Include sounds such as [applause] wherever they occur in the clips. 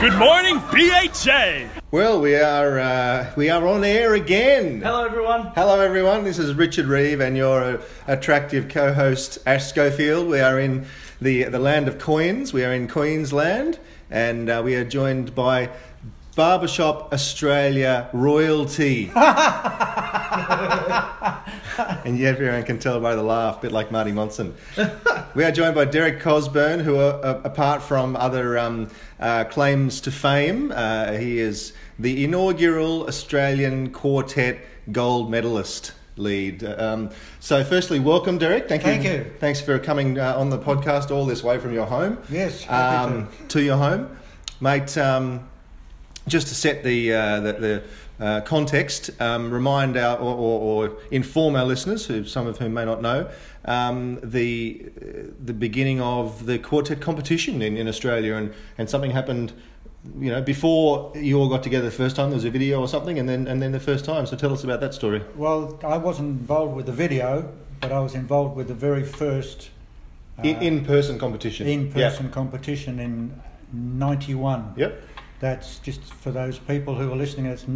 Good morning, BHA. Well, we are uh, we are on air again. Hello, everyone. Hello, everyone. This is Richard Reeve and your uh, attractive co-host Ash Schofield. We are in the the land of coins. We are in Queensland, and uh, we are joined by Barbershop Australia royalty. and yet everyone can tell by the laugh, a bit like Marty Monson. we are joined by Derek Cosburn, who, uh, uh, apart from other um, uh, claims to fame, uh, he is the inaugural Australian quartet gold medalist lead. Um, so, firstly, welcome, Derek. Thank you. Thank you. Thanks for coming uh, on the podcast all this way from your home. Yes, happy Um, to your home, mate. Um, just to set the uh, the, the uh, context, um, remind our or, or, or inform our listeners, who some of whom may not know, um, the uh, the beginning of the quartet competition in, in Australia, and, and something happened, you know, before you all got together the first time. There was a video or something, and then and then the first time. So tell us about that story. Well, I wasn't involved with the video, but I was involved with the very first uh, In in person competition. in-person competition in 91. Yep. yep. That's just for those people who are listening, it's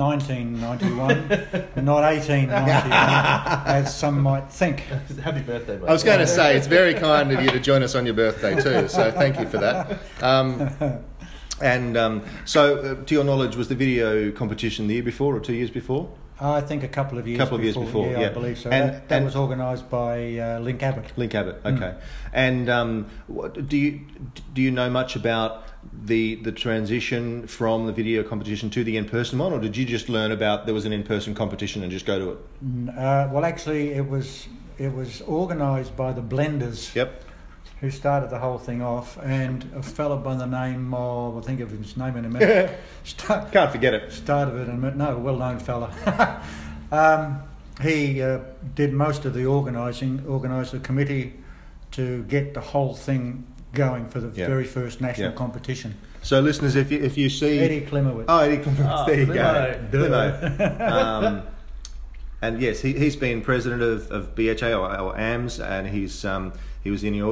1991, [laughs] not [laughs] 1891, as some might think. Happy birthday, mate. I was going to say it's very kind of you to join us on your birthday too, so thank you for that. Um, and um, so, uh, to your knowledge, was the video competition the year before or two years before? I think a couple of years Couple of years before. before, yeah, yeah. I believe so. And- that that and- was organised by uh, Link Abbott. Link Abbott, okay. And um, what, do you do you know much about the the transition from the video competition to the in person one, or did you just learn about there was an in person competition and just go to it? Mm, Uh, well, actually, it was it was organised by the Blenders. Yep. [laughs] who started the whole thing off, and a fellow by the name of, I'll think of his name in [laughs] a minute, start, Can't forget it. started it in a minute, no, well known fella. [laughs] um, he uh, did most of the organising, organised the committee to get the whole thing going for the Yeah. very first national Yeah. competition. So, listeners, if you if you see Eddie Klimowitz. Oh, Eddie Clements, Ah, there you Limo. go. Limo. [laughs] Um, and yes, he, he's been president of, of BHA or, or AMS, and he's um, he was in the,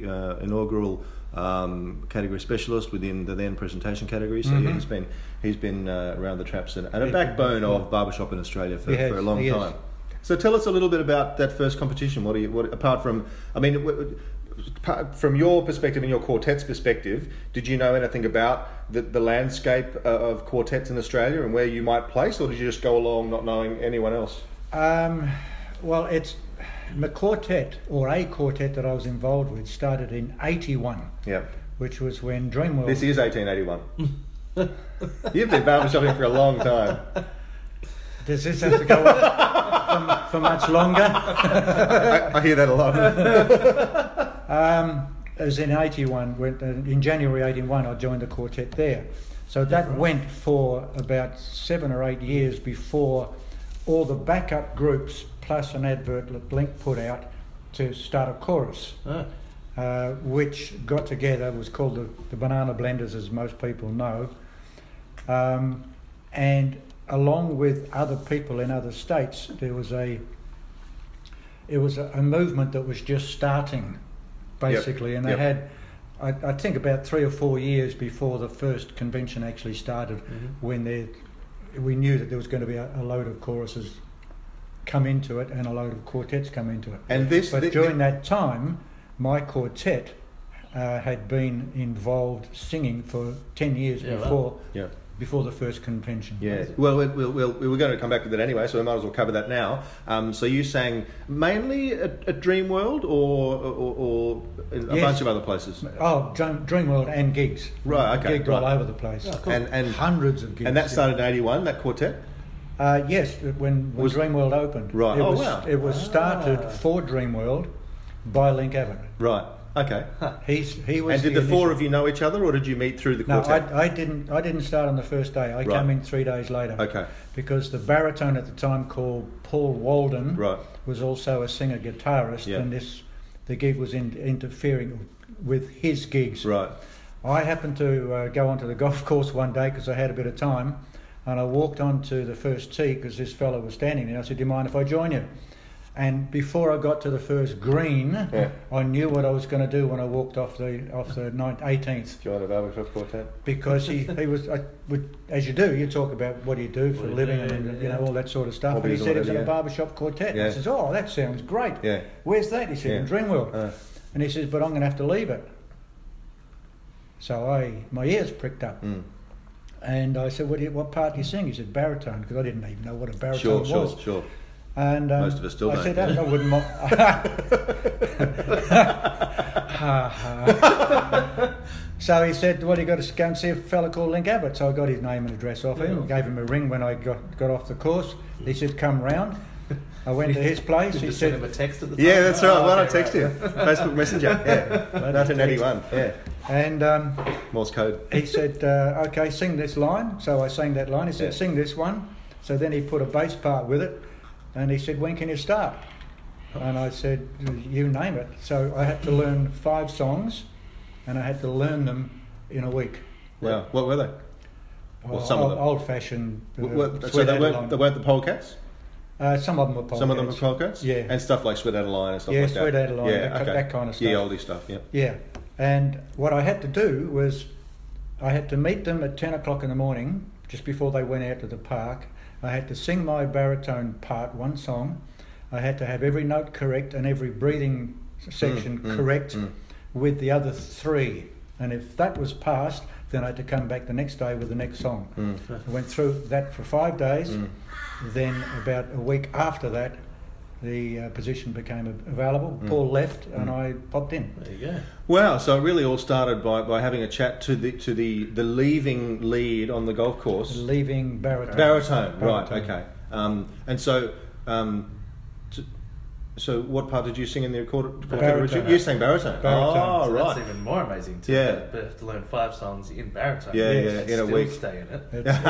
the uh, inaugural um, category specialist within the then presentation category. So yeah, he's been he's been uh, around the traps and, and a backbone of barbershop in Australia for, He has, for a long he is. time. So tell us a little bit about that first competition. What are you? What apart from? I mean, w- w- apart- from your perspective and your quartet's perspective, did you know anything about the, the landscape uh, of quartets in Australia and where you might place, or did you just go along not knowing anyone else? Um, well, it's the quartet, or a quartet that I was involved with, started in 81, Yeah. which was when Dreamworld... This is 1881. [laughs] You've been barbershopping for a long time. Does this have to go on for, for much longer? I, I hear that a [laughs] lot. Um, it was in 81, when, uh, in January 81, I joined the quartet there. So that went for about seven or eight years before all the backup groups, plus an advert that Blink put out to start a chorus, Ah, uh, which got together, was called the, the Banana Blenders, as most people know. Um, and along with other people in other states, there was a it was a, a movement that was just starting, basically, and they yep. had. I, I think about three or four years before the first convention actually started, Mm-hmm. when there, we knew that there was going to be a, a load of choruses come into it and a load of quartets come into it. And this, But thi- thi- during that time, my quartet uh, had been involved singing for 10 years Yeah, wow. before yeah. before the first convention. Yeah. Amazing. Well, we we'll, we'll, we were going to come back to that anyway, so we might as well cover that now. Um, so you sang mainly at, at Dream World or, or, or in a Yes. bunch of other places? Oh, Dream, Dreamworld and gigs. Right, okay, Gigged all right. over the place. Oh, cool. And, and, Hundreds of gigs. and that started in 81, that quartet? Uh, yes, when, when Was- Dreamworld opened. Right. It Oh, was, wow. It was started Ah. for Dreamworld by Link Abbott. Right, okay. He's, he was And did the four of you know each other or did you meet through the No, quartet? I, I didn't. I didn't start on the first day. I Right. came in three days later. Okay. Because the baritone at the time, called Paul Walden, Right. was also a singer guitarist, Yeah. and this the gig was in, interfering with his gigs. Right. I happened to uh, go onto the [laughs] golf course one day because I had a bit of time, and I walked onto the first tee because this fellow was standing there. I said, "Do you mind if I join you?" And before I got to the first green, Yeah. I knew what I was going to do when I walked off the off the ninth- 18th Join a barbershop quartet. because [laughs] he, he was I would, as you do you talk about what do you do for What a do you living do, and you yeah. know all that sort of stuff. Hobbies and or he said he was in whatever, a yeah. barbershop quartet. Yeah. And I says, oh, that sounds great. Yeah. Where's that? He said in Yeah. Dreamworld. Uh, And he says, but I'm going to have to leave it. So I my ears pricked up. mm. And I said, what, do you, what part do you sing? He said, baritone, because I didn't even know what a baritone Sure, was. sure, sure. And um, Most of us still I don't, said, yeah. "That- I wouldn't mind. [laughs] Ha, ha. Uh-huh. [laughs] so he said, well, you got to go and see a fella called Link Abbott. So I got his name and address off him, Yeah. gave him a ring when I got, got off the course. He said, come round. I went to his place. Did He you send him said, a text at the time? Yeah, that's right. Oh, Why not okay, text right. you? Facebook Messenger. Yeah. Bloody 1981. Yeah. and um, Morse code. he said, uh, okay, sing this line. So I sang that line. He said, Yeah. sing this one. So then he put a bass part with it, and he said, when can you start? And I said, you name it. So I had to learn five songs, and I had to learn them in a week. Wow. What were they? Well, some of them. Old-fashioned. uh, W- were- so Sweet they weren't, Adeline. they weren't the polecats? Uh, some of them were. Some of them were polkas. polecats? Yeah. And stuff like Sweet Adeline and stuff Yeah, like that? Sweet Adeline, Yeah, that ki- okay. that kind of Yeah, stuff. oldie stuff, yeah. Yeah, and what I had to do was I had to meet them at 10 o'clock in the morning, just before they went out to the park. I had to sing my baritone part, one song. I had to have every note correct and every breathing section mm, correct mm. with the other three. And if that was passed, then I had to come back the next day with the next song. Mm. I went through that for five days. Then, about a week after that, the uh, position became av- available. Mm. Paul left, and I popped in. There you go. Wow, so it really all started by, by having a chat to the to the, the leaving lead on the golf course. leaving baritone. Baritone, right, Baritone. okay. Um, and so, um, t- so what part did you sing in the recorded? Baritone. You sang baritone. Baritone. Oh, So right. That's even more amazing too. Yeah. But have to learn five songs in baritone. Yeah, and yeah, in a still week. Stay in it. It's, it's,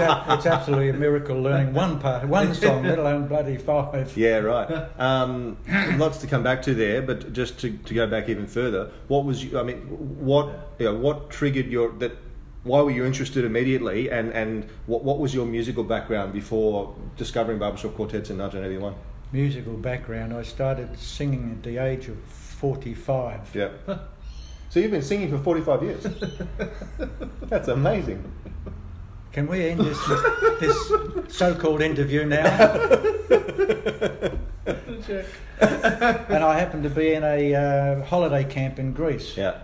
a- it's absolutely a miracle learning one part, one song, let alone bloody five. Yeah, right. Um, lots to come back to there, but just to, to go back even further, what was you, I mean, what you know, what triggered your that? Why were you interested immediately, and and what what was your musical background before discovering barbershop quartets in 1981? Musical background. I started singing at the age of 45. Yeah. So you've been singing for 45 years. That's amazing. Can we end this, this so called [laughs] interview now? and I happened to be in a uh, holiday camp in Greece. Yeah.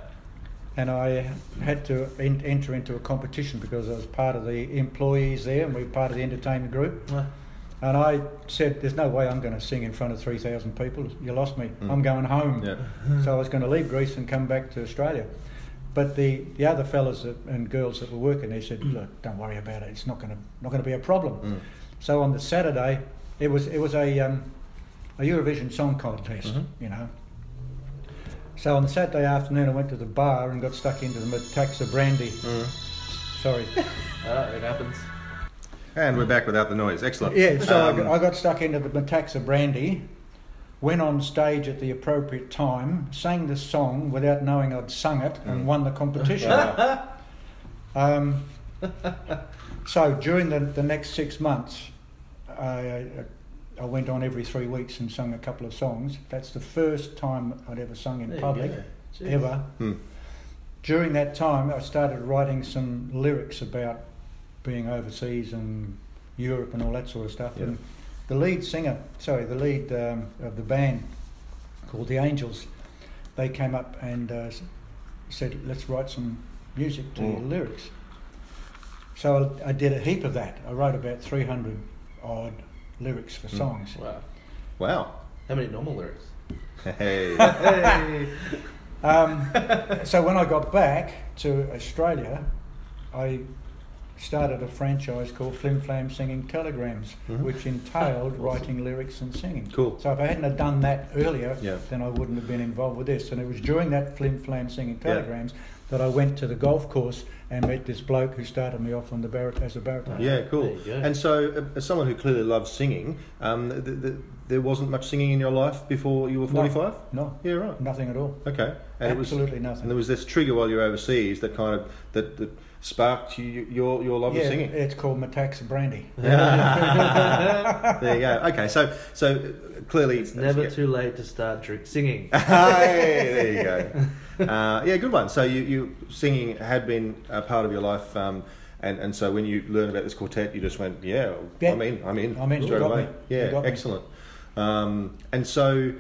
and I had to en- enter into a competition because I was part of the employees there and we were part of the entertainment group. Well, And I said, There's no way I'm going to sing in front of 3,000 people. You lost me. I'm going home. Yeah. So I was going to leave Greece and come back to Australia. But the, the other fellas that, and girls that were working, they said, Look, don't worry about it. It's not going to, not going to be a problem. So on the Saturday, it was, it was a, um, a Eurovision Song Contest, you know. So on the Saturday afternoon, I went to the bar and got stuck into the tax of brandy. Sorry. uh, it happens. And we're back without the noise. Excellent. Yeah, so I, Um, got, I got stuck into the Metaxa brandy, went on stage at the appropriate time, sang the song without knowing I'd sung it, and won the competition. um, so during the, the next six months, I, I, I went on every three weeks and sung a couple of songs. That's the first time I'd ever sung in There you public, go. Jeez. ever. Hmm. During that time, I started writing some lyrics about being overseas and Europe and all that sort of stuff. Yeah. And the lead singer, sorry, the lead um, of the band called the Angels, they came up and uh, s- said, "Let's write some music to your Mm. lyrics." So I, I did a heap of that. I wrote about 300 odd lyrics for songs. Wow. Wow. How many normal lyrics? [laughs] Hey. [laughs] Hey. [laughs] Um, so when I got back to Australia, I started a franchise called Flim Flam Singing Telegrams, which entailed writing lyrics and singing. Mm-hmm. Cool. So if I hadn't have done that earlier, Yeah. then I wouldn't have been involved with this. And it was during that Flim Flam Singing Telegrams that I went to the golf course and met this bloke who started me off on the bar- as a baritone. Yeah, cool. There you go. And so, uh, as someone who clearly loves singing, um, th th there wasn't much singing in your life before you were No. 45? No, Yeah, right. nothing at all. Okay. it was- Absolutely nothing. and there was this trigger while you were overseas that kind of that, that sparked you, your your love yeah, of singing. [laughs] [laughs] it's called Metaxa Brandy. There you go. Okay, so so uh, clearly It's never too late to start drink [laughs] singing. hey, there you go. Uh, yeah, good one. So you, you singing had been a part of your life, um, and, and so when you learned about this quartet, you just went, yeah, Yeah. I'm in, I'm in, I'm in. straight You got away. me. You Yeah, got me. excellent. Um, and so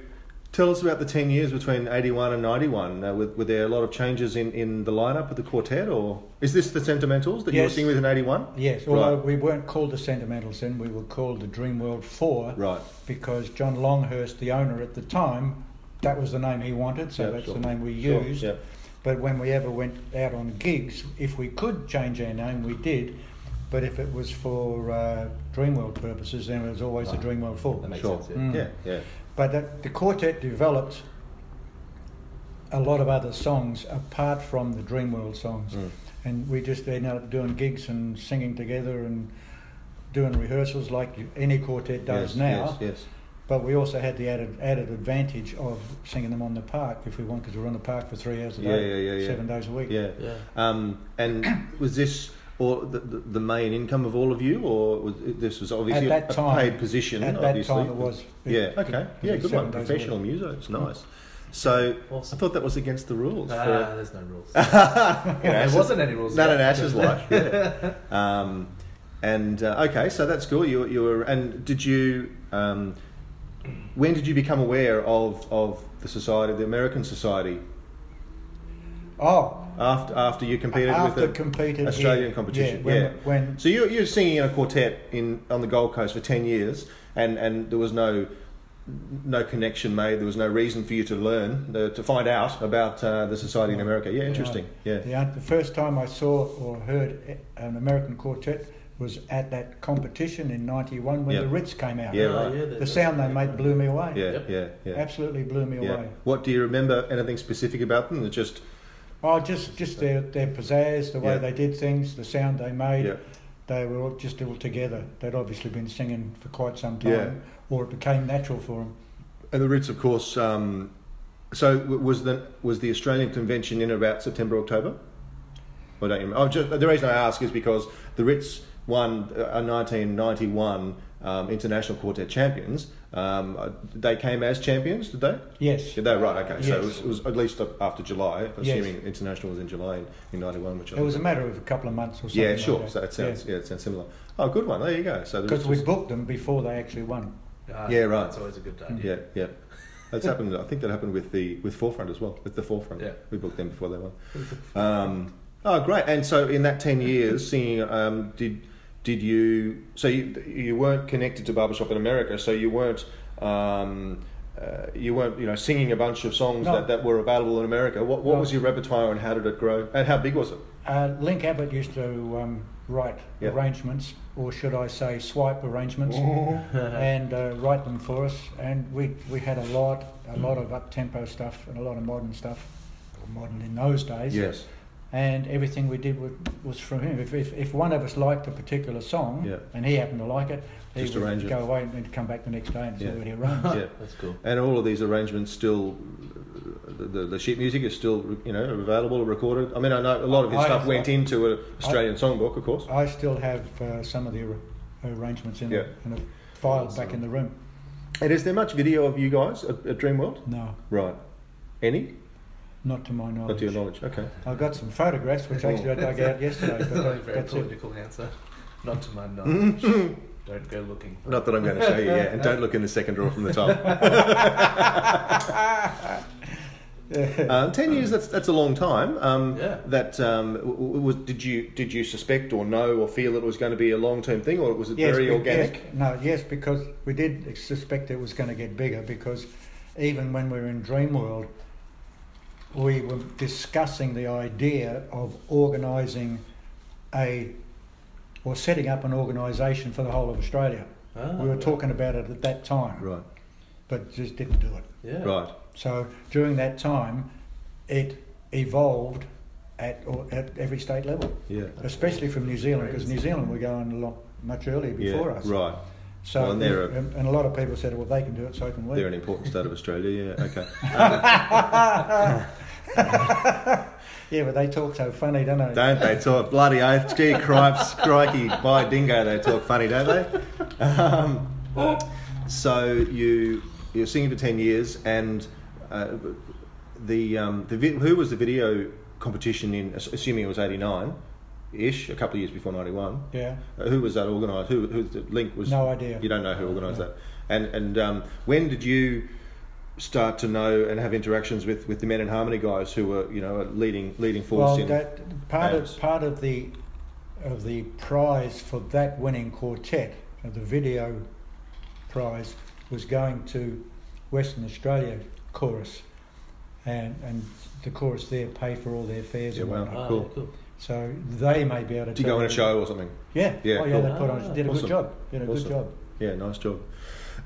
tell us about the 10 years between 81 and 91. Uh, were, were there a lot of changes in, in the lineup of the quartet, or is this the Sentimentals that you were Yes. singing with in 81? Yes, although Right. we weren't called the Sentimentals then, we were called the Dream World Four Right. because John Longhurst, the owner at the time, that was the name he wanted, so Yeah, that's sure. the name we Sure, used. yeah. But when we ever went out on gigs, if we could change our name, we did. But if it was for uh, Dreamworld purposes, then it was always the Right. Dreamworld Four. That makes Sure. sense. Yeah. Mm. Yeah, yeah. But that, the quartet developed a lot of other songs apart from the Dreamworld songs, Mm. and we just ended up doing gigs and singing together and doing rehearsals like you- any quartet yes, does now. Yes, yes. But we also had the added added advantage of singing them on the park if we want, because we're on the park for three hours a Yeah, day, yeah, yeah, yeah. seven days a week. Yeah. Yeah. Um, and was this or the, the, the main income of all of you, or was it, this was obviously At that a, time, a paid position? at that obviously. time it was. Yeah. It- Okay. it Yeah. was Good one. seven days a week. Mm-hmm. Professional music. It's nice. So Awesome. I thought that was against the rules. Ah, [laughs] for, there's no rules. [laughs] you know, there it's wasn't any rules. not about in it. Ash's life. [laughs] Yeah. Um, and uh, okay, so that's cool. You you were and did you. Um, when did you become aware of, of the society, the American Society, Oh, after after you competed after with the competed Australian here, competition? yeah, when, when So you, you were singing in a quartet in on the Gold Coast for ten years, and, and there was no no connection made. There was no reason for you to learn uh, to find out about uh, the society in America. Yeah, interesting. Yeah, Uh, The, un- the first time I saw or heard a- an American quartet was at that competition in '91 when Yeah. the Ritz came out. Yeah, Oh, right. yeah, The sound they made blew me away. yeah, Yep. yeah, yeah. Absolutely blew me yeah. away. What do you remember? Anything specific about them? That just Oh, just just their, their pizzazz, the way Yeah. they did things, the sound they made. yeah, They were all just all together. They'd obviously been singing for quite some time, Yeah. or it became natural for them. and the Roots, of course. Um, so w- was the was the Australian convention in about September October? Or don't you remember? Oh, just, the reason I ask is because the Ritz won uh, a 1991 um, International Quartet Champions. Um, uh, they came as champions, did they? Yes. Did they? Right, okay. So it Yes. was, it was at least up after July, Yes. assuming International was in July in, in 91, which I It was a think- matter of a couple of months or something. Yeah, sure. Like So it sounds, yeah. it sounds similar. Oh, good one. There you go. So the Because Ritz we was- booked them before they actually won. Ah, Yeah, right. That's always a good idea. Yeah, yeah. That's happened. I think that happened with the with Forefront as well. With the Forefront, Yeah. we booked them before they won. Um, oh, great! And so in that ten years, singing, um, did did you? So you you weren't connected to barbershop in America, so you weren't. Um, uh, you weren't, you know, singing a bunch of songs No. that, that were available in America. What, what No. was your repertoire, and how did it grow, and how big was it? Uh, Link Abbott used to um, write Yeah. arrangements, or should I say, swipe arrangements, Oh. [laughs] and uh, write them for us. And we we had a lot, a lot of up tempo stuff and a lot of modern stuff, or modern in those days. Yes, And everything we did was, was from him. If, if if one of us liked a particular song, Yeah. and he happened to like it, he Just would arrange it. go away and then come back the next day and see Yeah. what he arranged. [laughs] yeah. That's cool. And all of these arrangements still, the, the, the sheet music is still, you know, available, recorded. I mean, I know a lot of his I- stuff went I- into an Australian songbook, of course. I still have uh, some of the ar- arrangements in, Yeah. in a file back in the room. And is there much video of you guys at, at Dreamworld? No, Right. Any? not to my knowledge. Not to your knowledge. Okay. I've got some photographs which actually I dug out yesterday, but Not a that, [laughs] very that's it. political answer. Not to my knowledge. [laughs] Don't go looking. Not that I'm going to show you, yeah. And don't look in the second drawer from the [laughs] top. Uh, Ten years—that's that's a long time. Um, Yeah. That um, w- w- was, did you did you suspect or know or feel it was going to be a long-term thing, or was it very be- organic? yes, no, yes, because we did suspect it was going to get bigger because even when we were in Dreamworld, we were discussing the idea of organising a or setting up an organisation for the whole of Australia. Ah, we were talking about it at that time, Right. but just didn't do it. Yeah. Right. So during that time, it evolved at, or at every state level, Yeah. especially from New Zealand, because New Zealand were going a lot much earlier before yeah. us. Right. So Well, and they're a- and, and a lot of people said, well, they can do it, so can we. They're an important state of Australia. Yeah. Okay. Yeah, but they talk so funny, don't [laughs] they? Don't they talk bloody oath? Gee, cripes, crikey, by dingo, they talk funny, don't they? Um, so you you're singing for ten years, and uh, the um, the vi- who was the video competition in? ass- Assuming it was eighty nine, ish, a couple of years before ninety one. Yeah. Uh, Who was that organised? Who, who the link was? No idea. You don't know who organised No. that. And and um, when did you start to know and have interactions with, with the Men in Harmony guys who were you know a leading leading force Well, in? that part bands. of, part of the of the prize for that winning quartet, uh, the video prize, was going to Western Australia chorus, and and the chorus there paid for all their fares Yeah, and wow. whatnot. Ah, Cool. cool. So they may be able to. Did you tell go in a you- show or something? Yeah, Yeah, oh, yeah, cool. they put on. Did a Awesome. good job. Did a Awesome. good job. Yeah, nice job.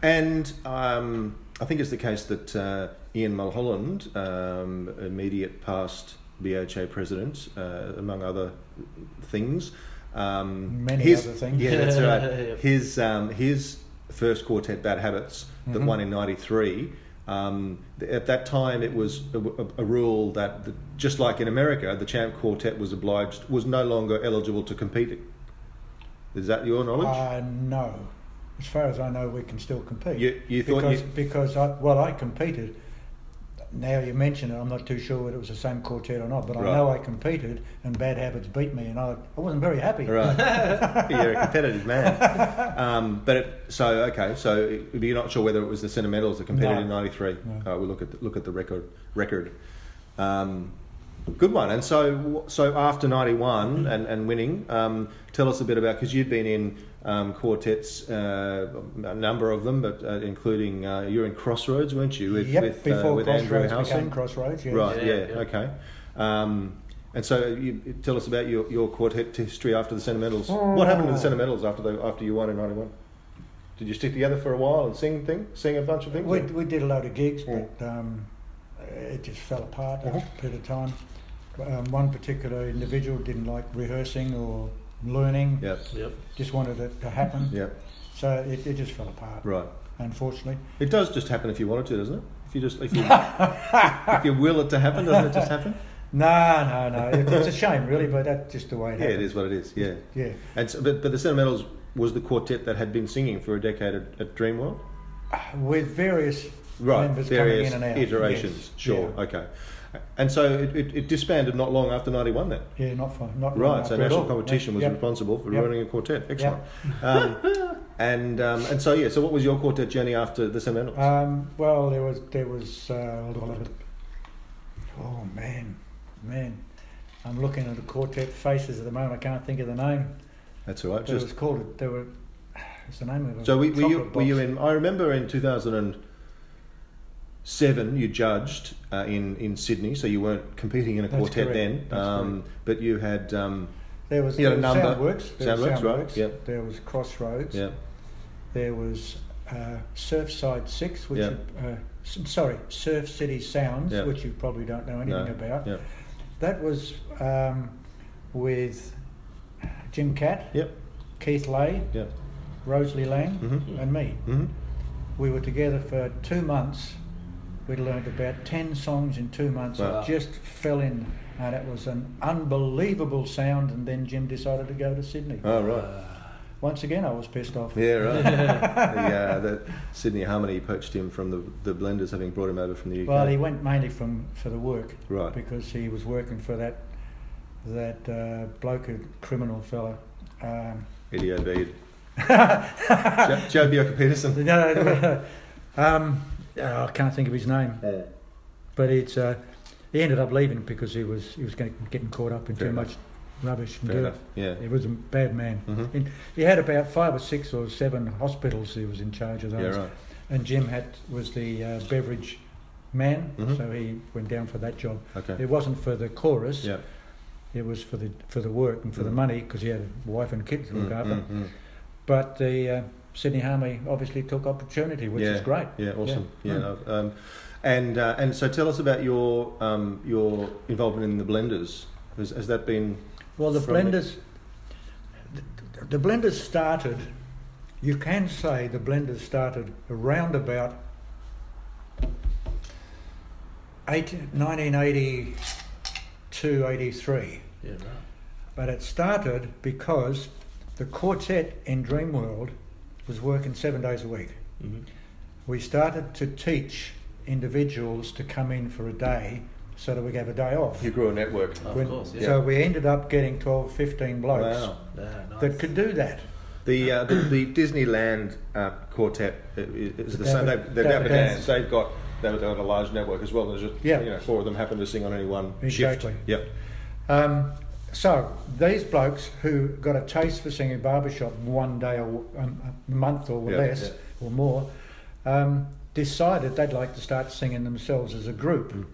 And um, I think it's the case that uh, Ian Mulholland, um, immediate past BHA president, uh, among other things, um, Many his, other things. [laughs] Yeah, that's [laughs] right. Yep. His um, his first quartet, Bad Habits, the Mhm. one in '93. Um, th- at that time, it was a, a- a rule that the, just like in America, the champ quartet was obliged was no longer eligible to compete. Is that your knowledge? Uh, no, as far as I know, we can still compete. You- you thought because, you- because I, well, I competed. Now you mention it, I'm not too sure whether it was the same quartet or not, but Right. I know I competed, and Bad Habits beat me, and I, I wasn't very happy. Right. [laughs] You're a competitive man. Um, but it, so okay, so it- you're not sure whether it was the Sentimentals that competed No. in '93. No. Uh, we look at the, look at the record record. Um, good one. And so wh- so after '91 and and winning, um, tell us a bit about because you've been in um, quartets, uh, a number of them, but uh, including uh, you were in Crossroads, weren't you? yep. uh, before Andrew Crossroads became Howson? Crossroads, yes. Right. Yeah. Yeah, yeah. Okay. Um, and so, you, you tell us about your, your quartet history after the Sentimentals. What happened to the Sentimentals after the, after you won in '91? Did you stick together for a while and sing thing, sing a bunch of things? We, or- we did a load of gigs, Mm. but um, it just fell apart Uh-huh. at a bit of time. Um, one particular individual didn't like rehearsing or learning, Yep. Yep. just wanted it to happen. Yep. So it, it just fell apart, Right. unfortunately. It does just happen if you wanted to, doesn't it? If you just if you if you will it to happen, doesn't it just happen? No, no, no. [laughs] It, it's a shame, really, but that's just the way it Yeah, it happened. is what it is. Yeah. Yeah. And so, but, but the Sentimentals was the quartet that had been singing for a decade at, at Dreamworld. With various Right, members various coming in and out. iterations. Yes. Sure, Yeah. okay. And so it, it, it disbanded not long after 91 then? Yeah, not for not Right, Oh, not so for at national all. competition was Yep. responsible for Yep. ruining a quartet. Excellent. [laughs] Um, and, um, and so, yeah, so what was your quartet journey after the Sentimentals? Um, well, there was there was. Uh, oh man, man, I'm looking at the quartet faces at the moment. I can't think of the name. That's all right. But it Just, was called. There were. It's the name of it. so we, were, you, were you in, I remember in 2007 you judged uh, in, in Sydney, so you weren't competing in a That's quartet correct. then. That's Um, but you had, um, There was, you had there a was number. Soundworks. There was Soundworks, right, Soundworks. yep. There was Crossroads. yeah, There was uh, Surfside Six, which Yeah. you, uh, s- sorry, Surf City Sounds, Yeah. which you probably don't no, know anything about. yeah, That was um, with Jim Catt, yep, Keith Lay, yeah, Rosalie Lang, Mhm. and me. hmm We were together for two months. We learned about ten songs in two months. Wow. I just fell in, and it was an unbelievable sound. And then Jim decided to go to Sydney. Oh, right. Uh, Once again, I was pissed [laughs] off. Yeah, right. [laughs] the, uh, the Sydney Harmony poached him from the, the Blenders, having brought him over from the UK. Well, he went mainly from for the work, Right. Because he was working for that that uh, bloke, a criminal fella. Um, [laughs] Eddie Obeid. jo- Joe Bjorka [laughs] Peterson. no, no, um, oh, I can't think of his name, but it's uh, he ended up leaving because he was he was getting, getting caught up in Fair too enough. much rubbish and Fair dirt. enough. Yeah. He was a bad man. Mhm. And he had about five or six or seven hospitals he was in charge of those. Yeah, right. And Jim had was the uh, beverage man, Mhm. so he went down for that job. Okay. It wasn't for the chorus. Yeah. It was for the for the work and for the Mm. money because he had a wife and kids to look Mm, after. mm, mm. But the uh, Sydney Harmony obviously took opportunity, which yeah. is great. Yeah, awesome. Yeah. Yeah. no, Um, and uh, and so tell us about your um, your involvement in the Blenders. Has, has that been Well, the From the- blenders, the, the blenders started. You can say the blenders started around about eight, 1982, 283. Yeah, right. But it started because the quartet in Dreamworld was working seven days a week. Mm-hmm. We started to teach individuals to come in for a day so that we gave a day off. You grew a network. Of When- course, yeah. So we ended up getting 12, 15 blokes Oh, Wow. yeah nice. that could do that. The, uh, the the Disneyland uh, quartet uh, is the, The same. Dapper- They've, the Dapper Dapper Dans. Dans, They've got they've got a large network as well. There's just Yeah. you know four of them happen to sing on any one Exactly. shift. Yep. Um, so these blokes who got a taste for singing barbershop one day or um, a month or Yeah, less or more um, decided they'd like to start singing themselves as a group. Mm.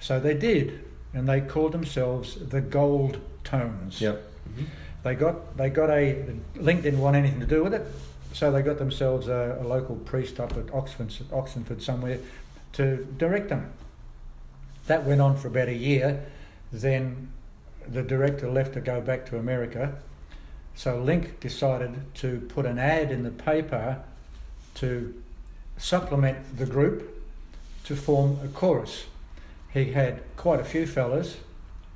So they did, and they called themselves the Gold Tones. Yep. Mm-hmm. They got they got a Link didn't want anything to do with it, so they got themselves a, a local priest up at Oxford, Oxenford somewhere, to direct them. That went on for about a year. Then the director left to go back to America, so Link decided to put an ad in the paper to supplement the group to form a chorus. He had quite a few fellas,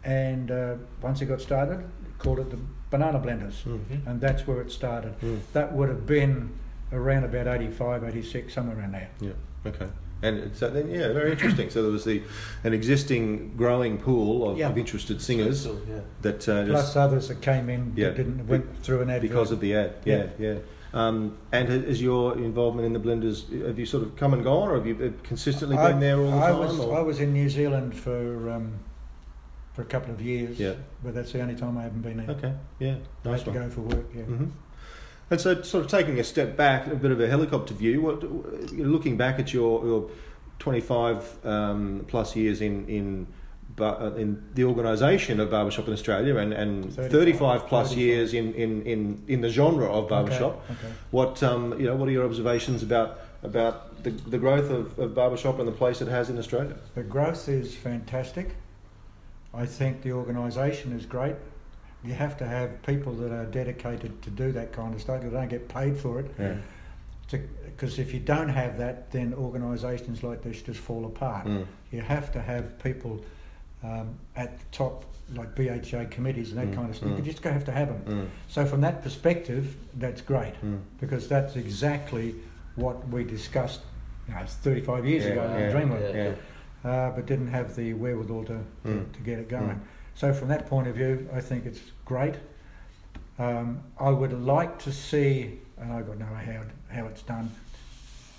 and uh, once he got started, called it the Banana Blenders, Mm-hmm. Mhm. and that's where it started. Mm. That would have been around about 85, 86, somewhere around there. Yeah. Okay. And so then, yeah, very interesting. So there was the an existing growing pool of, Yeah. of interested singers So, Mm-hmm. yeah. that uh, Plus just others that came in Yeah, that didn't be- went through an advert. because of the ad. Yeah, yeah. Um, and ha- is your involvement in the Blenders? Have you sort of come and gone, or have you uh, consistently been there all the I time? was, or? I was in New Zealand for um, for a couple of years, Yeah. but that's the only time I haven't been there. Okay. Yeah. I Nice had to one. go for work. Yeah. hmm And so, sort of taking a step back, a bit of a helicopter view. What, looking back at your, your 25 um, plus years in in ba- uh, in the organisation of barbershop in Australia, and, and 35, 35, plus 35. years in, in, in, in the genre of barbershop. Okay, okay. What um, you know? What are your observations about about the, the growth of, of barbershop and the place it has in Australia? The growth is fantastic. I think the organisation is great. You have to have people that are dedicated to do that kind of stuff. They don't get paid for it. Yeah. Because if you don't have that, then organisations like this just fall apart. Mm. You have to have people um, at the top, like BHA committees and that Mm, kind of stuff. mm. You just have to have them. Mm. So from that perspective, that's great Mm. because that's exactly what we discussed you know, 35 years Yeah, ago yeah, in Dreamland Yeah. uh, but didn't have the wherewithal to, to, Mm. to get it going. Mm. So from that point of view, I think it's great. Um, I would like to see, and I got no idea how how it's done,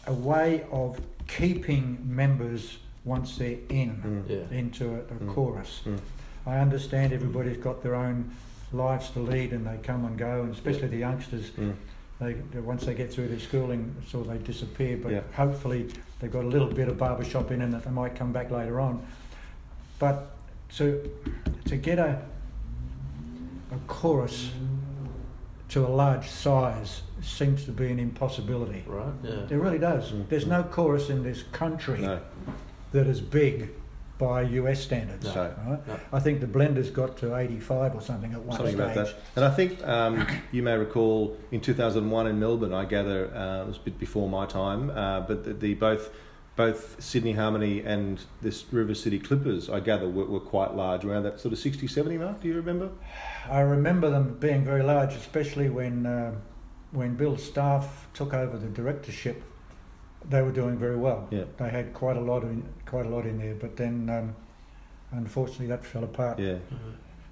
a way of keeping members once they're in Mm. Yeah. into a, a Mm. chorus. Mm. I understand everybody's got their own lives to lead and they come and go, and especially the youngsters. Mm. They, they- once they get through their schooling, so they disappear. But Yeah. hopefully, they've got a little bit of barbershop in them that they might come back later on. But to to get a a chorus to a large size seems to be an impossibility. Right. Yeah. It really does. Mm. There's no chorus in this country No. that is big by US standards. No. right? No. I think the blenders got to 85 or something at one Something stage. about that. And I think um, you may recall in 2001 in Melbourne, I gather uh, it was a bit before my time, uh, but the, the both both Sydney Harmony and this River City Clippers, I gather, were, were quite large, around that sort of 60, 70 mark. Do you remember? I remember them being very large, especially when uh, when Bill Staff took over the directorship. They were doing very well. Yeah. They had quite a lot in quite a lot in there, but then um, unfortunately that fell apart. Yeah.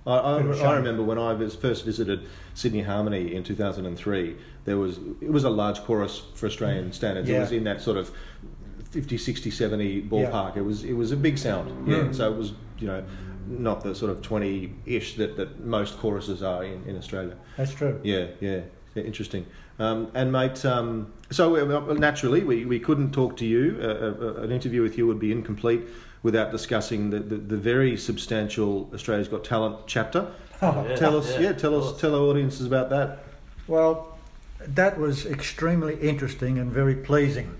I, I, Bit of a I shame. remember when I was first visited Sydney Harmony in 2003. There was it was a large chorus for Australian standards. It Mm. Yeah. was in that sort of 50, 60, 70 ballpark. It was it was a big sound. Yeah. Mm. So it was you know not the sort of 20 ish that, that most choruses are in, in Australia. That's true. Yeah, yeah, yeah interesting. Um, and mate, um, so uh, naturally we, we couldn't talk to you. Uh, uh, uh, an interview with you would be incomplete without discussing the, the, the very substantial Australia's Got Talent chapter. Yeah, tell us, yeah, yeah, tell of us, course. tell our audiences about that. [laughs] Well, that was extremely interesting and very pleasing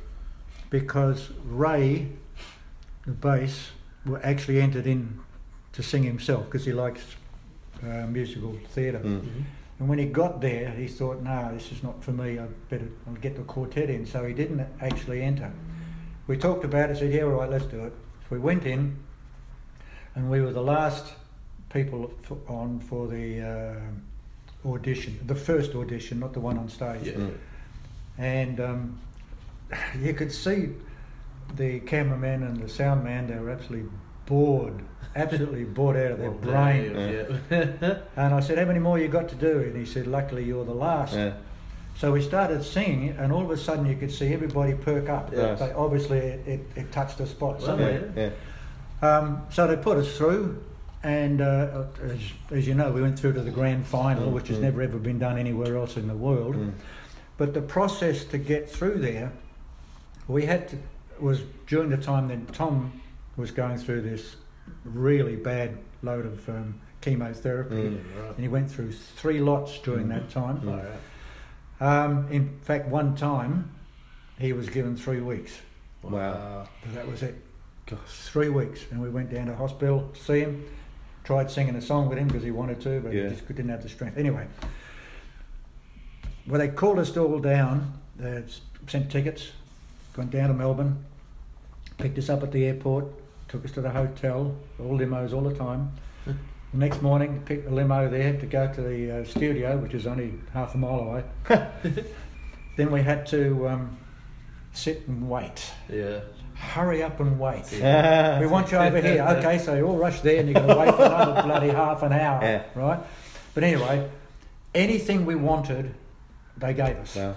because Ray, the bass, were actually entered in to sing himself because he likes uh, musical theatre. Mm. Mhm. And when he got there, he thought, no, this is not for me. I better I'll get the quartet in. So he didn't actually enter. We talked about it, said, yeah, all right, let's do it. So we went in, and we were the last people f on for the um audition, the first audition, not the one on stage. Yeah. Mm. And um, you could see the cameraman and the sound man, they were absolutely bored, absolutely bored out of their [laughs] Well, brain. there, yeah. And I said, How many more you got to do? And he said, Luckily, you're the last. Yeah. So we started singing, and all of a sudden, you could see everybody perk up. Yeah. They, obviously, it, it, it touched a spot Well, somewhere. Yeah. yeah. Um, so they put us through, and uh, as, as you know, we went through to the grand final, which has never ever been done anywhere else in the world. But the process to get through there, we had to, was during the time that Tom was going through this really bad load of um, chemotherapy, [laughs] right. and he went through three lots during that time. All right. Mm-hmm. Um, in fact, one time he was given three weeks. Wow. But that was it. Three weeks, and we went down to hospital to see him. Tried singing a song with him because he wanted to, but Yeah. he just didn't have the strength. Anyway, well, they called us all down. They s- sent tickets, went down to Melbourne, picked us up at the airport, took us to the hotel. All limos all the time. The next morning, picked a limo there to go to the uh, studio, which is only half a mile away. then we had to um, sit and wait. Yeah. Hurry up and wait. Ah. [laughs] We want you over here. Okay, so you all rush there and you're going to wait for another bloody half an hour, Yeah. right? But anyway, anything we wanted, they gave us. Wow.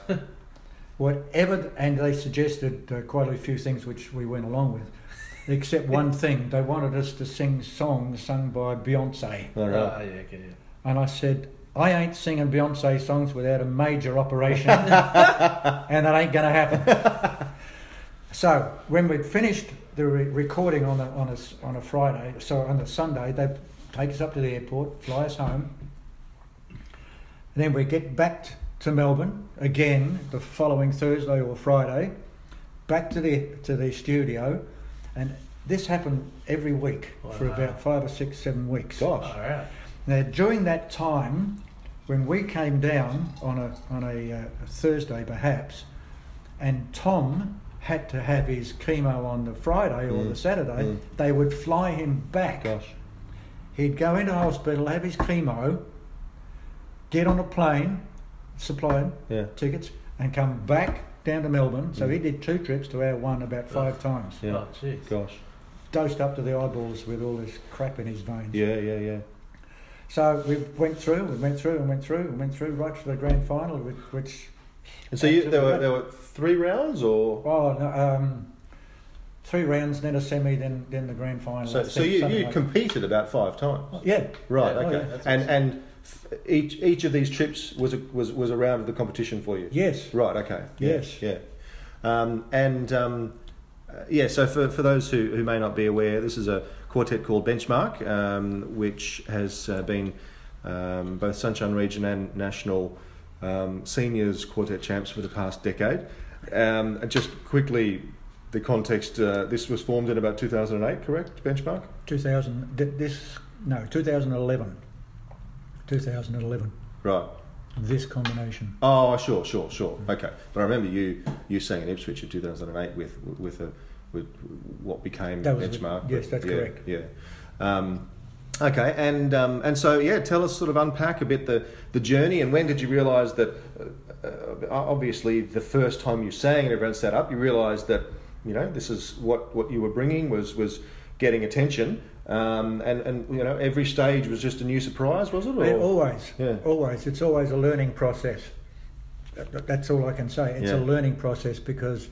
Whatever, and they suggested uh, quite a few things which we went along with, except one thing. They wanted us to sing songs sung by Beyonce. All Ah, Uh, right. yeah, okay, yeah. And I said, I ain't singing Beyonce songs without a major operation, and that ain't going to happen. so when we'd finished the re- recording on a, on, a, s- on a Friday, so on a Sunday, they take us up to the airport, fly us home, and then we get back t- to Melbourne again the following Thursday or Friday, back to the to the studio, and this happened every week for Wow. about five or six, seven weeks. Gosh. All right. Now, during that time, when we came down on a on a, uh, a Thursday, perhaps, and Tom had to have his chemo on the Friday or the Saturday, they would fly him back. Mm. Gosh. He'd go into hospital, have his chemo, get on a plane, supply him Yeah. tickets, and come back down to Melbourne. So he did two trips to our one about five times, Mm. Yeah. Oh, jeez. Gosh. dosed up to the eyeballs with all this crap in his veins. Yeah. Yeah. Yeah. So we went through, we went through, and went through, and went through right to the grand final, which, which And so you, there were there were three rounds, or oh, no, um, three rounds, then a semi, then then the grand final. I so, so think, you, something you like- competed about five times. yeah, Right. Yeah, oh, Okay. yeah. and and f- each each of these trips was a, was was a round of the competition for you. yes, Right. Okay. Yes. Yeah. Um, and um, uh, yeah. So for, for those who, who may not be aware, this is a quartet called Benchmark, um, which has uh, been um, both Sunshine Region and national um, seniors quartet champs for the past decade. Um, and just quickly, the context. Uh, this was formed in about two thousand and eight. Correct. Benchmark. two thousand. This no, two thousand eleven, two thousand eleven. Right. This combination. Oh, sure, sure, sure. Okay, but I remember you you sang in Ipswich in two thousand and eight with with a with what became That was with- benchmark. yes, that's yeah, correct. Yeah. Um, okay, and um, and so yeah, tell us sort of unpack a bit the the journey and when did you realise that? Uh, uh, obviously, the first time you sang and everyone sat up, you realised that you know this is what what you were bringing was was getting attention. Um, and, and you know every stage was just a new surprise, was it? Or? Yeah, always, Yeah. always. It's always a learning process. That- that- That's all I can say. It's a Yeah. learning process because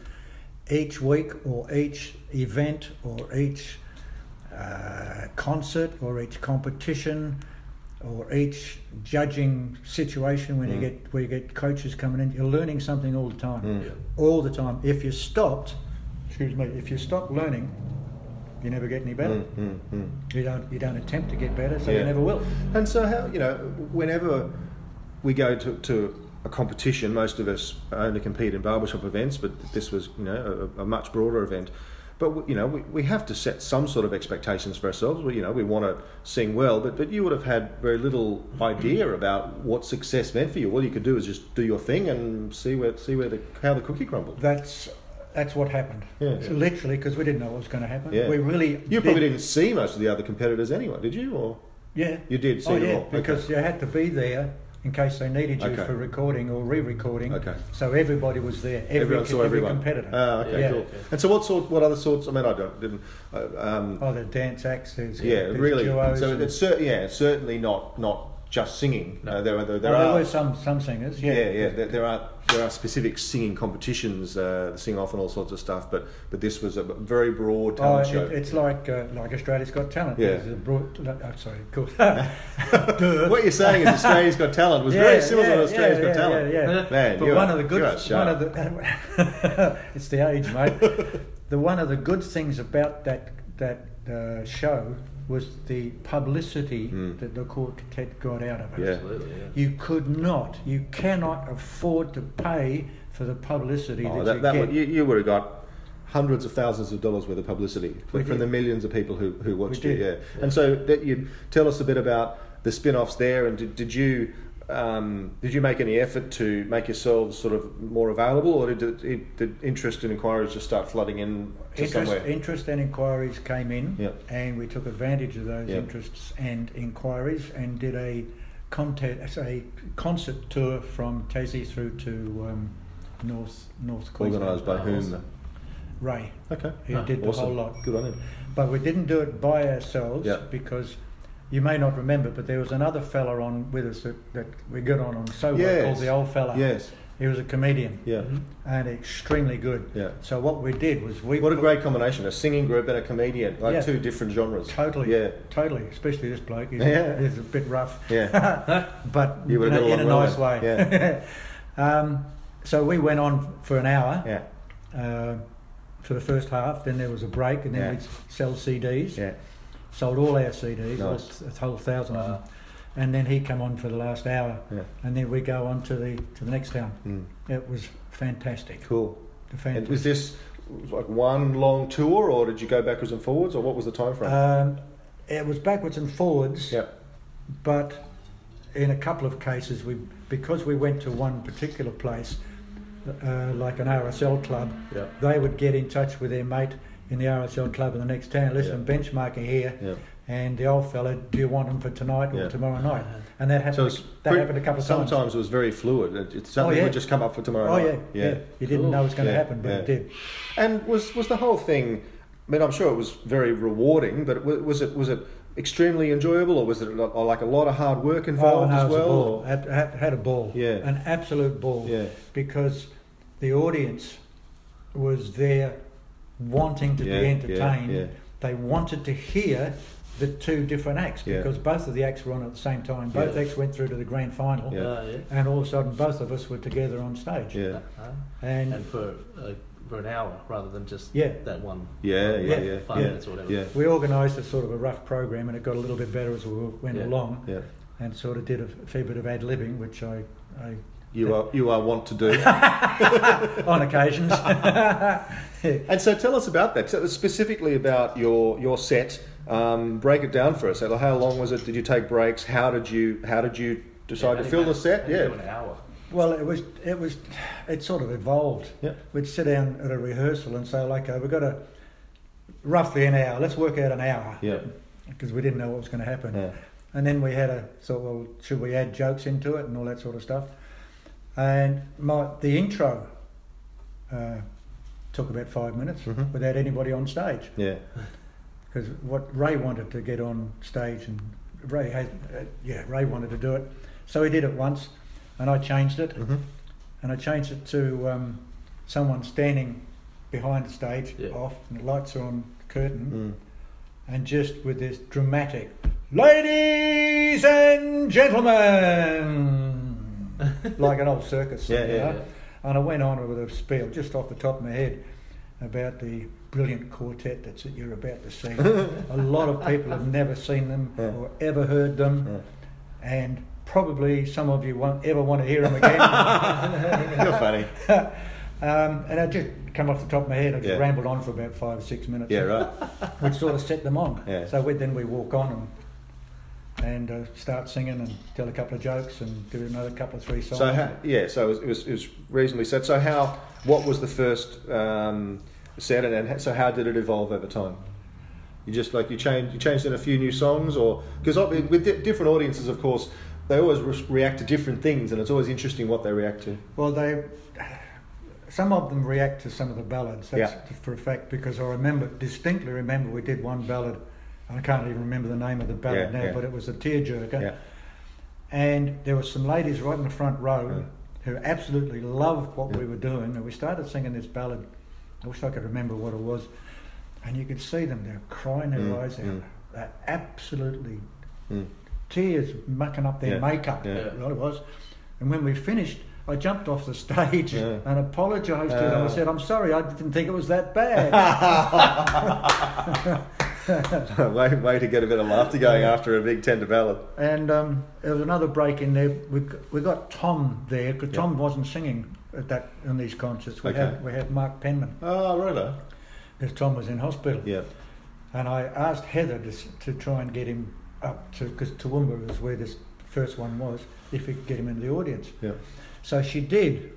each week or each event or each uh, concert or each competition or each judging situation when Mm. you get where you get coaches coming in, you're learning something all the time, Mm. all the time. If you stopped, excuse me, if you stop learning, you never get any better. You don't you don't attempt to get better, so you Mm, Yeah. never will. And so, how you know, whenever we go to, to a competition, most of us only compete in barbershop events, but this was you know a, a much broader event. But we- you know, we, we have to set some sort of expectations for ourselves. We, you know, we want to sing well, but but you would have had very little idea [clears throat] about what success meant for you. All you could do is just do your thing and see where see where the how the cookie crumbled. That's that's what happened. Yeah. So literally, because we didn't know what was going to happen. Yeah. We really You probably didn't see most of the other competitors anyway, did you? Or Yeah. You did see oh, it yeah, all. because you had to be there in case they needed you Okay. for recording or re-recording. Okay. So everybody was there. Every, everyone saw every everyone. competitor. Ah, okay, Yeah. cool. And so, what sort? What other sorts? I mean, I don't didn't. Uh, um, Oh, the dance acts. There's, yeah, there's really. Duos So and- it's cer- yeah, certainly not not just singing. No. Uh, there are there, Well, there Oh, there are were some some singers. Yeah. yeah, yeah. There, there are there are specific singing competitions, uh, sing off and all sorts of stuff. But but this was a very broad Oh, talent it, show. it's like uh, like Australia's Got Talent. Yeah. There's a broad, oh, sorry, [laughs] cool. Duh. what you're saying is Australia's Got Talent [laughs] was very similar to Australia's yeah, Got yeah, Talent. Yeah, yeah. Man, but you're one a- of the you're a good, one shark. of the, [laughs] it's the age, mate. the one of the good things about that that uh, show was the publicity Mm. that the quartet got out of it. Yeah. Absolutely, yeah. You could not, you cannot afford to pay for the publicity Oh, that, that, you that get. would, you, you would have got hundreds of thousands of dollars worth of publicity We from did. the millions of people who, who watched We it. Yeah. did. And so that you tell us a bit about the spin-offs there, and did, did you um, did you make any effort to make yourselves sort of more available, or did, it- it, did interest and inquiries just start flooding in to interest, somewhere? interest and inquiries came in, Yep. and we took advantage of those Yep. interests and inquiries and did a contest, a concert tour from Tassie through to um, North North Queensland. Organised by Oh, whom? awesome. Ray, Okay. who Ah, did the awesome. whole lot. Good on him. But we didn't do it by ourselves Yeah. because you may not remember, but there was another fella on with us that, that we got on on so well Yes. called the old fella. Yes. He was a comedian Yeah. and extremely good. Yeah. So what we did was we What a put- great combination, a singing group and a comedian, like Yeah. two different genres. Totally. Yeah. Totally. Especially this bloke. He's, Yeah. he's a bit rough. [laughs] Yeah. but You in would've a, got in a along well nice way. then. [laughs] um, so we went on for an hour Yeah. uh, for the first half. Then there was a break, and then Yeah. we'd sell CDs. Yeah. Sold all our CDs, all Nice. th- a whole thousand of them. And then he come on for the last hour, Yeah. and then we go on to the to the next town. Mm. It was fantastic. Cool. And Fantastic. was this like one long tour, or did you go backwards and forwards, or what was the time frame? um, it was backwards and forwards. yeah, but in a couple of cases, we because we went to one particular place, uh, like an RSL club, yeah, they would get in touch with their mate in the RSL club in the next town. Listen, benchmarker here, yeah. and the old fella, do you want him for tonight or Yeah. tomorrow night? And that So happened. it's that pretty- happened a couple of sometimes times. it was very fluid. It, it something yeah. would just come up for tomorrow. Oh yeah, night. yeah, You didn't know it was going to Yeah, happen, but it yeah. did. And was was the whole thing? I mean, I'm sure it was very rewarding, but wa- was it was it extremely enjoyable, or was it lo- or like a lot of hard work involved Oh, no, it as was a well? ball. or- Had, had, had a ball. Yeah. An absolute ball. Yeah. Because the audience was there wanting to Yeah, be yeah, entertained. yeah. They wanted to hear the two different acts Yeah. because both of the acts were on at the same time. Both Yeah. acts went through to the grand final. Yeah. Ah, yeah. And all of a sudden, both of us were together on stage. yeah. Ah. And, and for uh, for an hour rather than just Yeah. that one. Yeah, yeah, yeah, five yeah, minutes or whatever. yeah. we organised a sort of a rough program, and it got a little bit better as we went Yeah. along, Yeah. and sort of did a fair bit of ad libbing, which I, I You are you are want to do. [laughs] on occasions. [laughs] And so tell us about that, So specifically about your your set. Um, break it down for us. So How long was it? Did you take breaks? How did you how did you decide to only fill the about- set? only do Yeah, an hour. Well, it was it was it sort of evolved. Yeah. We'd sit down at a rehearsal and say, "Okay, we've got to roughly an hour. Let's work out an hour." yeah, Because we didn't know what was going to happen. yeah, And then we had a thought, well, should we add jokes into it and all that sort of stuff? And my the intro uh, took about five minutes Mhm. without anybody on stage. yeah. because what Ray wanted to get on stage and Ray has, uh, yeah, Ray wanted to do it, so he did it once, and I changed it, Mhm. and I changed it to um, someone standing behind the stage, Yeah. off, and the lights are on the curtain, Mm. and just with this dramatic, ladies and [laughs] gentlemen, like an old circus, Yeah, thing, you yeah, know? yeah. and I went on with a spiel just off the top of my head about the brilliant quartet that's that you're about [laughs] to see. a lot of people have never seen them Yeah. or ever heard them, Yeah. and probably some of you won't ever want to hear them [laughs] again. [laughs] You're funny. um, and I just come off the top of my head, I just Yeah. rambled on for about five or six minutes, Yeah, right. which sort of set them on. Yeah. So we, then we walk on and, and uh, start singing and tell a couple of jokes and do another couple of three songs. So ha- yeah, so it was, it was it was reasonably set. So how what was the first um, set, and, and ha- so how did it evolve over time? You just like you change you changed in a few new songs, or because with di- different audiences, of course, they always re- react to different things, and it's always interesting what they react to. Well, they, some of them react to some of the ballads. That's Yeah. for a fact because I remember distinctly remember we did one ballad. I can't even remember the name of the ballad Yeah, now, yeah. but it was a tearjerker. Yeah. And there were some ladies right in the front row who absolutely loved what we Yeah. were doing. And we started singing this ballad. I wish I could remember what it was. And you could see them, they were crying their Mm, eyes out. mm. They're absolutely Mm. tears mucking up their Yeah, makeup. yeah. That's what it was. And when we finished, I jumped off the stage Yeah. and apologised to them. I Ah. said, I'm sorry, I didn't think it was [laughs] that bad. [laughs] way, way to get a bit of laughter going after a big tender ballad. and um, there was another break in there. We, g- we got Tom there because Tom wasn't singing at that in these concerts. We, Okay. had, we had Mark Penman Oh, righto. because Tom was in hospital. Yeah. And I asked Heather to, s- to try and get him up to, because Toowoomba was where this first one was, if we could get him in the audience. Yeah. So she did,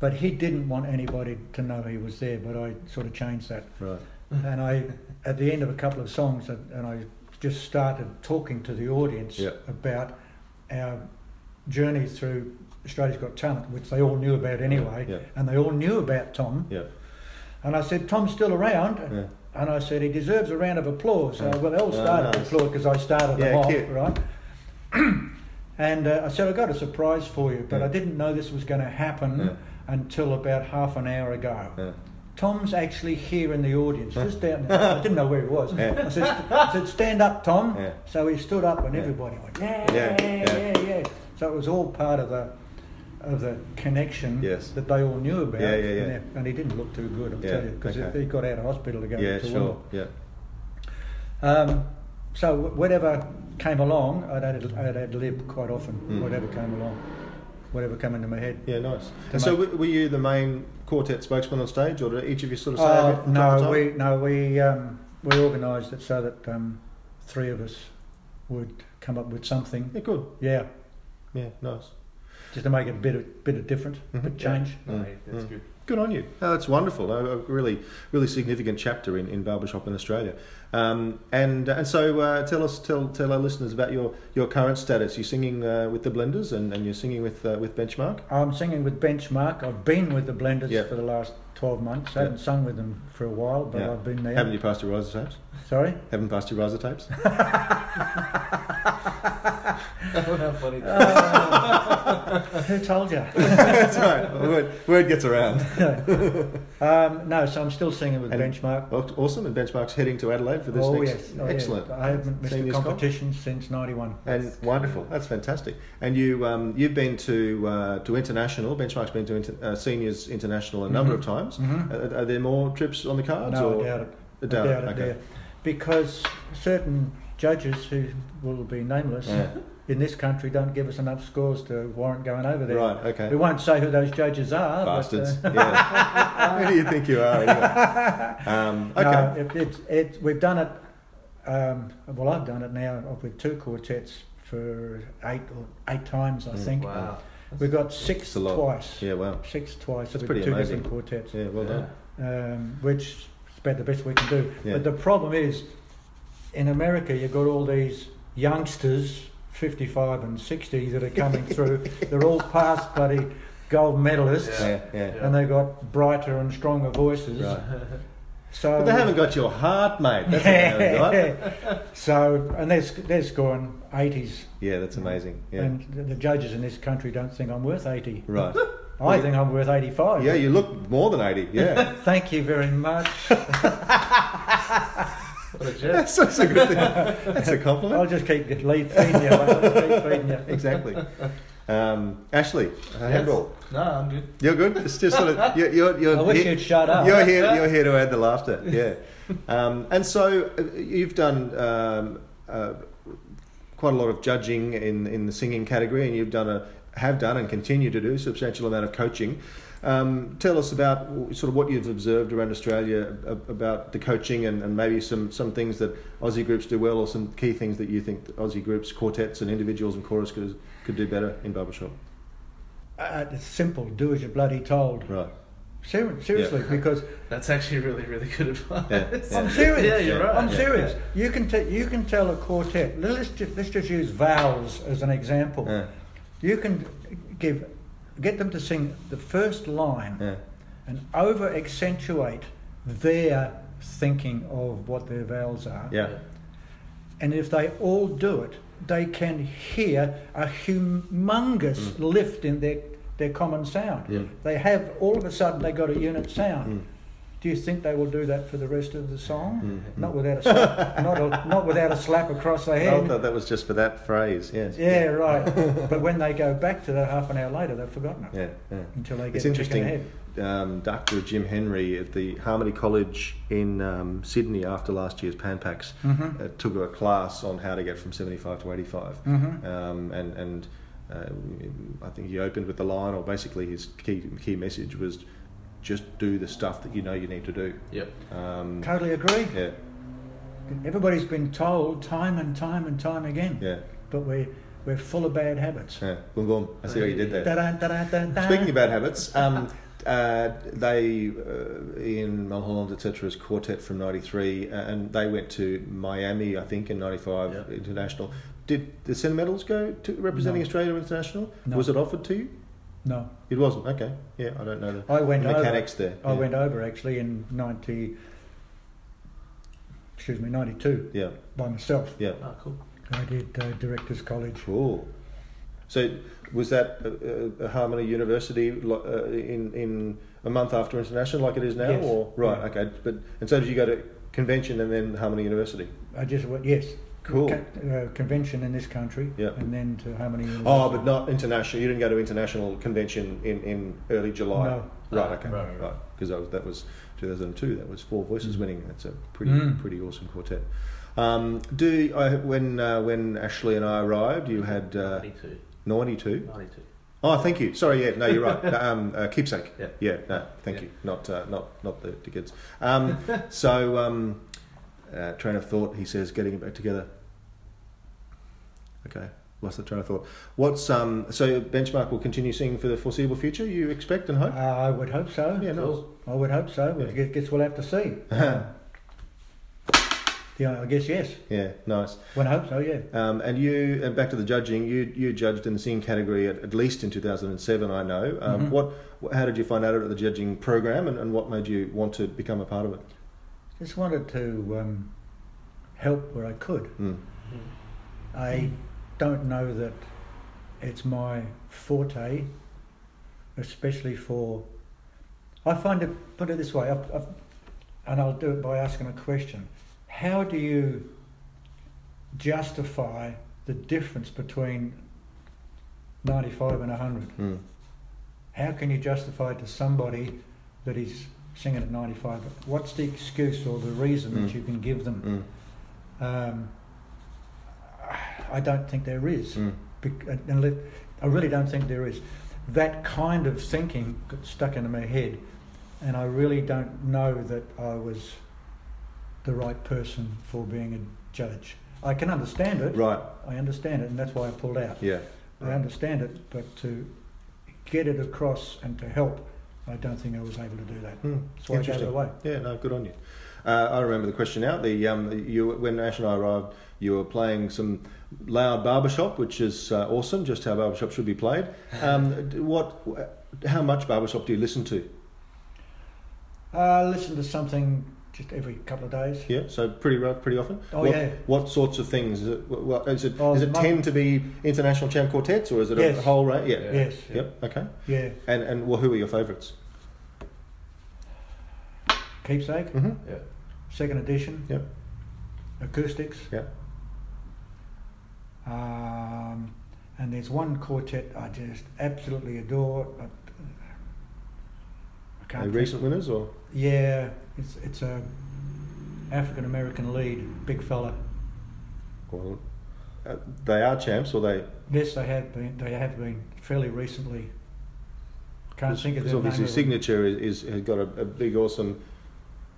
but he didn't want anybody to know he was there, but I sort of changed that. Right. [laughs] and I, at the end of a couple of songs, and and I just started talking to the audience Yeah. about our journey through Australia's Got Talent, which they all knew about anyway, Yeah. and they all knew about Tom. Yeah. And I said, Tom's still around. Yeah. And I said, he deserves a round of applause. Uh, well, they all Oh, started nice. applaud because I started them Yeah, off, cute. right? [clears throat] and uh, I said, I got a surprise for you, but Yeah. I didn't know this was going to happen Yeah. until about half an hour ago. Yeah. Tom's actually here in the audience, just down there. I didn't know where he was. Yeah. I, said, "St- I said, stand up, Tom. Yeah. So he stood up and Yeah. everybody went, yeah, Yeah, yeah, yeah. yeah, yeah, So it was all part of the of the connection Yes. that they all knew about. Yeah, yeah, yeah. And, they- and he didn't look too good, I'll Yeah, tell you, because okay. he got out of hospital to go Yeah, to sure. work. Yeah. Um, so wh- whatever came along, I'd ad, I'd ad lib quite often, Hmm. whatever came along, whatever came into my head. Yeah, nice. To And so, make- were were you the main quartet spokesman on stage, or did each of you sort of say a Uh, bit from time to no, time? we no we um, we organised it so that um, three of us would come up with something. Yeah, good. Yeah, Yeah, nice. just to make it a bit of, bit of different, bit change. No, Mm, hey, that's good. [laughs] Good on you. Oh, that's wonderful. A, a really, really significant chapter in, in barbershop in Australia. Um, and and so uh, tell us, tell tell our listeners about your, your current status. You're singing uh, with the Blenders, and, and you're singing with uh, with Benchmark. I'm singing with Benchmark. I've been with the Blenders Yeah. for the last twelve months. I Yeah. haven't sung with them for a while, but Yeah. I've been there. Haven't you passed your riser tapes? Sorry. Haven't passed your riser tapes? Oh, how funny. Who told you? [laughs] that's right. Word, word gets [laughs] around. um, no, so I'm still singing with And- Benchmark. Well, Awesome. And Benchmark's heading to Adelaide for this oh next. yes, oh, yeah. Excellent. I haven't missed a Seniors comp? competition since '91. And wonderful, that's fantastic. And you, um, you've been to uh, to international. Benchmark's been to inter- uh, seniors international a number of times. Are, are there more trips on the cards? Mm-hmm. No, or? I doubt it. I I doubt doubt, it, it okay. there. Because certain judges who will be nameless [laughs] Yeah. in this country don't give us enough scores to warrant going over there. Right, okay. uh, We won't say who those judges are. Bastards. But, uh, yeah. Who do you think you are? [laughs] anyway? Um, okay. No, it, it's it, we've done it, um, well, I've done it now with two quartets for eight or eight times, I think. wow. We got six It's a lot. twice. Yeah, wow. Six twice That's with pretty two amazing. different quartets. Yeah, well done. um, which is about the best we can do. Yeah. But the problem is, in America, you've got all these youngsters, 55 and 60, that [laughs] are coming through. They're all past bloody gold medalists, Yeah, yeah. Yeah. and they've got brighter and stronger voices. Right. So But they haven't got your heart, mate. That's what they haven't got. [laughs] so, and they're, sc- they're scoring 80s. Yeah, that's amazing. Yeah. And the- the judges in this country don't think I'm worth 80. right. I think I'm worth 85. Yeah, you look more than 80. Yeah. [laughs] [laughs] Thank you very [laughs] much. What a jet. that's, that's a good thing. That's a compliment. I'll just keep lead feeding you. I'll just keep feeding [laughs] you. exactly. Um, Ashley, a handball. No, I'm good. You're good. It's just sort [laughs] of you're. you're, you're I wish here- you'd shut up. You're here. You're here to add the laughter. Yeah. Um, and so uh, you've done um, uh, quite a lot of judging in in the singing category, and you've done a have done and continue to do a substantial amount of coaching. Um, tell us about w- sort of what you've observed around Australia ab- about the coaching and, and maybe some, some things that Aussie groups do well or some key things that you think that Aussie groups, quartets and individuals and chorus could, could do better in barbershop. Uh, it's simple. Do as you're bloody told. Right. Ser- seriously, because That's actually really, really good advice. [laughs] Yeah, I'm serious. Yeah, you're right. I'm Yeah. serious. You can t- you can tell a quartet. Let's just, let's just use vowels as an example. Yeah. You can give get them to sing the first line Yeah. and over accentuate their thinking of what their vowels are. Yeah. And if they all do it, they can hear a humongous lift in their, their common sound. Mm. Yeah. Mm. They have, all of a sudden, they got a unit sound. Do you think they will do that for the rest of the song? Mm. Not without a slap, not, a, not without a slap across the I head. thought that was just for that phrase. Yes. [laughs] yeah, right. but when they go back to that half an hour later, they've forgotten it. Yeah, yeah. Until they it's get chicken interesting. Um, Dr. Jim Henry at the Harmony College in um, Sydney after last year's Panpax Mm-hmm. uh, took a class on how to get from 75 to 85. Mm-hmm. Um, and and uh, I think he opened with the line, or basically his key, key message was just do the stuff that you know you need to do. Yep. Um, Totally agree. yeah, Everybody's been told time and time and time again. yeah, But we're, we're full of bad habits. yeah. Boom, boom. I see what you did there. Da-da, da-da, da-da. Speaking about habits, um, uh, they uh, Ian Mulholland etc's quartet from '93, uh, and they went to Miami, I think, in '95 Yeah. international. Did the sentimentals go to representing No. Australia international? No. Was it offered to you? No, It wasn't. Okay, yeah, I don't know the I went mechanics there. over. I yeah. went over actually in ninety. Excuse me, ninety-two Yeah, by myself. yeah, Oh, cool. I did uh, directors' college. cool. So, was that uh, uh, Harmony University lo- uh, in in a month after international, like it is now, Yes. or right? Yeah. Okay, but and so did you go to convention and then Harmony University? I just went yes. Cool. Con- uh, convention in this country. Yeah. And then to how many? Oh, but not international. You didn't go to international convention in, in early July. No. Right. Okay. Right, Right. right, right. Because that was that was 2002. That was Four Voices winning. That's a pretty Mm. pretty awesome quartet. Um, do I, when uh, when Ashley and I arrived, you had uh, 92. 92. 92. Oh, thank you. Sorry. Yeah. No, you're [laughs] right. um, uh, keepsake. Yeah. Yeah. No. Thank Yeah. you. Not uh, not not the, the kids. [laughs] Um, so um, uh, train of thought. He says getting it back together. Okay, lost the train of thought. What's um? So benchmark will continue singing for the foreseeable future. You expect and Uh, hope. I would hope so. yeah, nice. cool. I would hope so. Well, I Yeah. guess- guess we'll have [laughs] to see. yeah, I guess yes. Yeah, nice. One hopes so. Yeah. Um, and you and back to the judging. You you judged in the singing category at, at least in two thousand and seven. I know. Mm-hmm. Um, What? wh- How did you find out about the judging program, and, and what made you want to become a part of it? Just wanted to um, help where I could. Mm. I don't know that it's my forte, especially for. I find it, put it this way, I've, I've, and I'll do it by asking a question. How do you justify the difference between 95 and 100? Mm. How can you justify to somebody that is singing at 95? What's the excuse or the reason Mm. that you can give them? Mm. Um, I don't think there is. Mm. Bec- uh, and let- I really don't think there is. That kind of thinking got stuck into my head, and I really don't know that I was the right person for being a judge. I can understand it. Right. I understand it, and that's why I pulled out. Yeah. I understand it, but to get it across and to help, I don't think I was able to do that. Mm. So I gave it Interesting. away. Yeah, no, good on you. Uh, I remember the question out. The um, you when Ash and I arrived, you were playing some loud barbershop, which is uh, awesome. Just how barbershop should be [laughs] played. Um, d- what, wh- how much barbershop do you listen to? I listened Uh, to something just every couple of days. Yeah, so pretty ro- pretty often. Oh, what, yeah. What sorts of things? Is it, wh- what, is it, Oh, is it mo- tend to be international champ quartets, or is it a Yes. whole range? Yeah. Yes. Yep. Okay. Yeah, And and well, who are your favourites? keepsake. Mm-hmm. Yeah. Second edition. Yep. Acoustics. Yep. Um, and there's one quartet I just absolutely adore. I, I can't. Any think- recent winners or? Yeah, it's it's a African American lead, big fella. Well, uh, they are champs, or they Yes, they have been. They have been fairly recently. Can't think of Because their obviously, name. of them. signature is, is has got a, a big, awesome.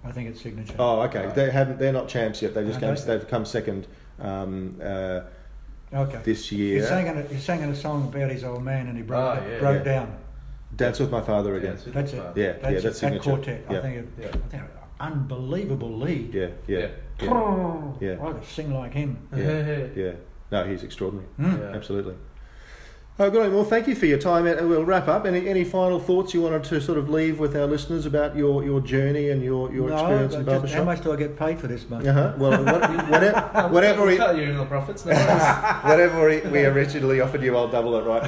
I think it's signature. Oh, okay. They haven't. They're not champs yet. They just came. Okay. They've come second um, uh, okay. this He year. sang, in a, he sang in a song about his old man and he broke, Ah, yeah, broke yeah. down. Dance with my father again. Dance with That's my it. father. Yeah, That's yeah, it, that's that signature. quartet. Yeah. I think it, Yeah. I think an unbelievable lead. Yeah, yeah, yeah, Prrrr. Yeah. I could sing like him. yeah, yeah. No, he's extraordinary. Mm. Yeah. Absolutely. Oh, good. on you. Well, thank you for your time. And We'll wrap up. Any any final thoughts you wanted to sort of leave with our listeners about your, your journey and your, your No, experience in but just How barbershop? much do I get paid for this month? Uh-huh. Well, what, [laughs] whatever, whatever, We'll we, cut your anal profits. No [laughs] worries. whatever we, we originally offered you, I'll double it right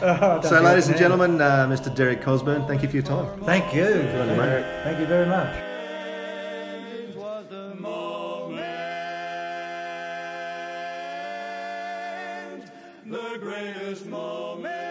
now. so, ladies and gentlemen, uh, Mr. Derek Cosburn, thank you for your time. Thank you. on you, Thank mate. you. Thank you very much. was the moment, the greatest moment.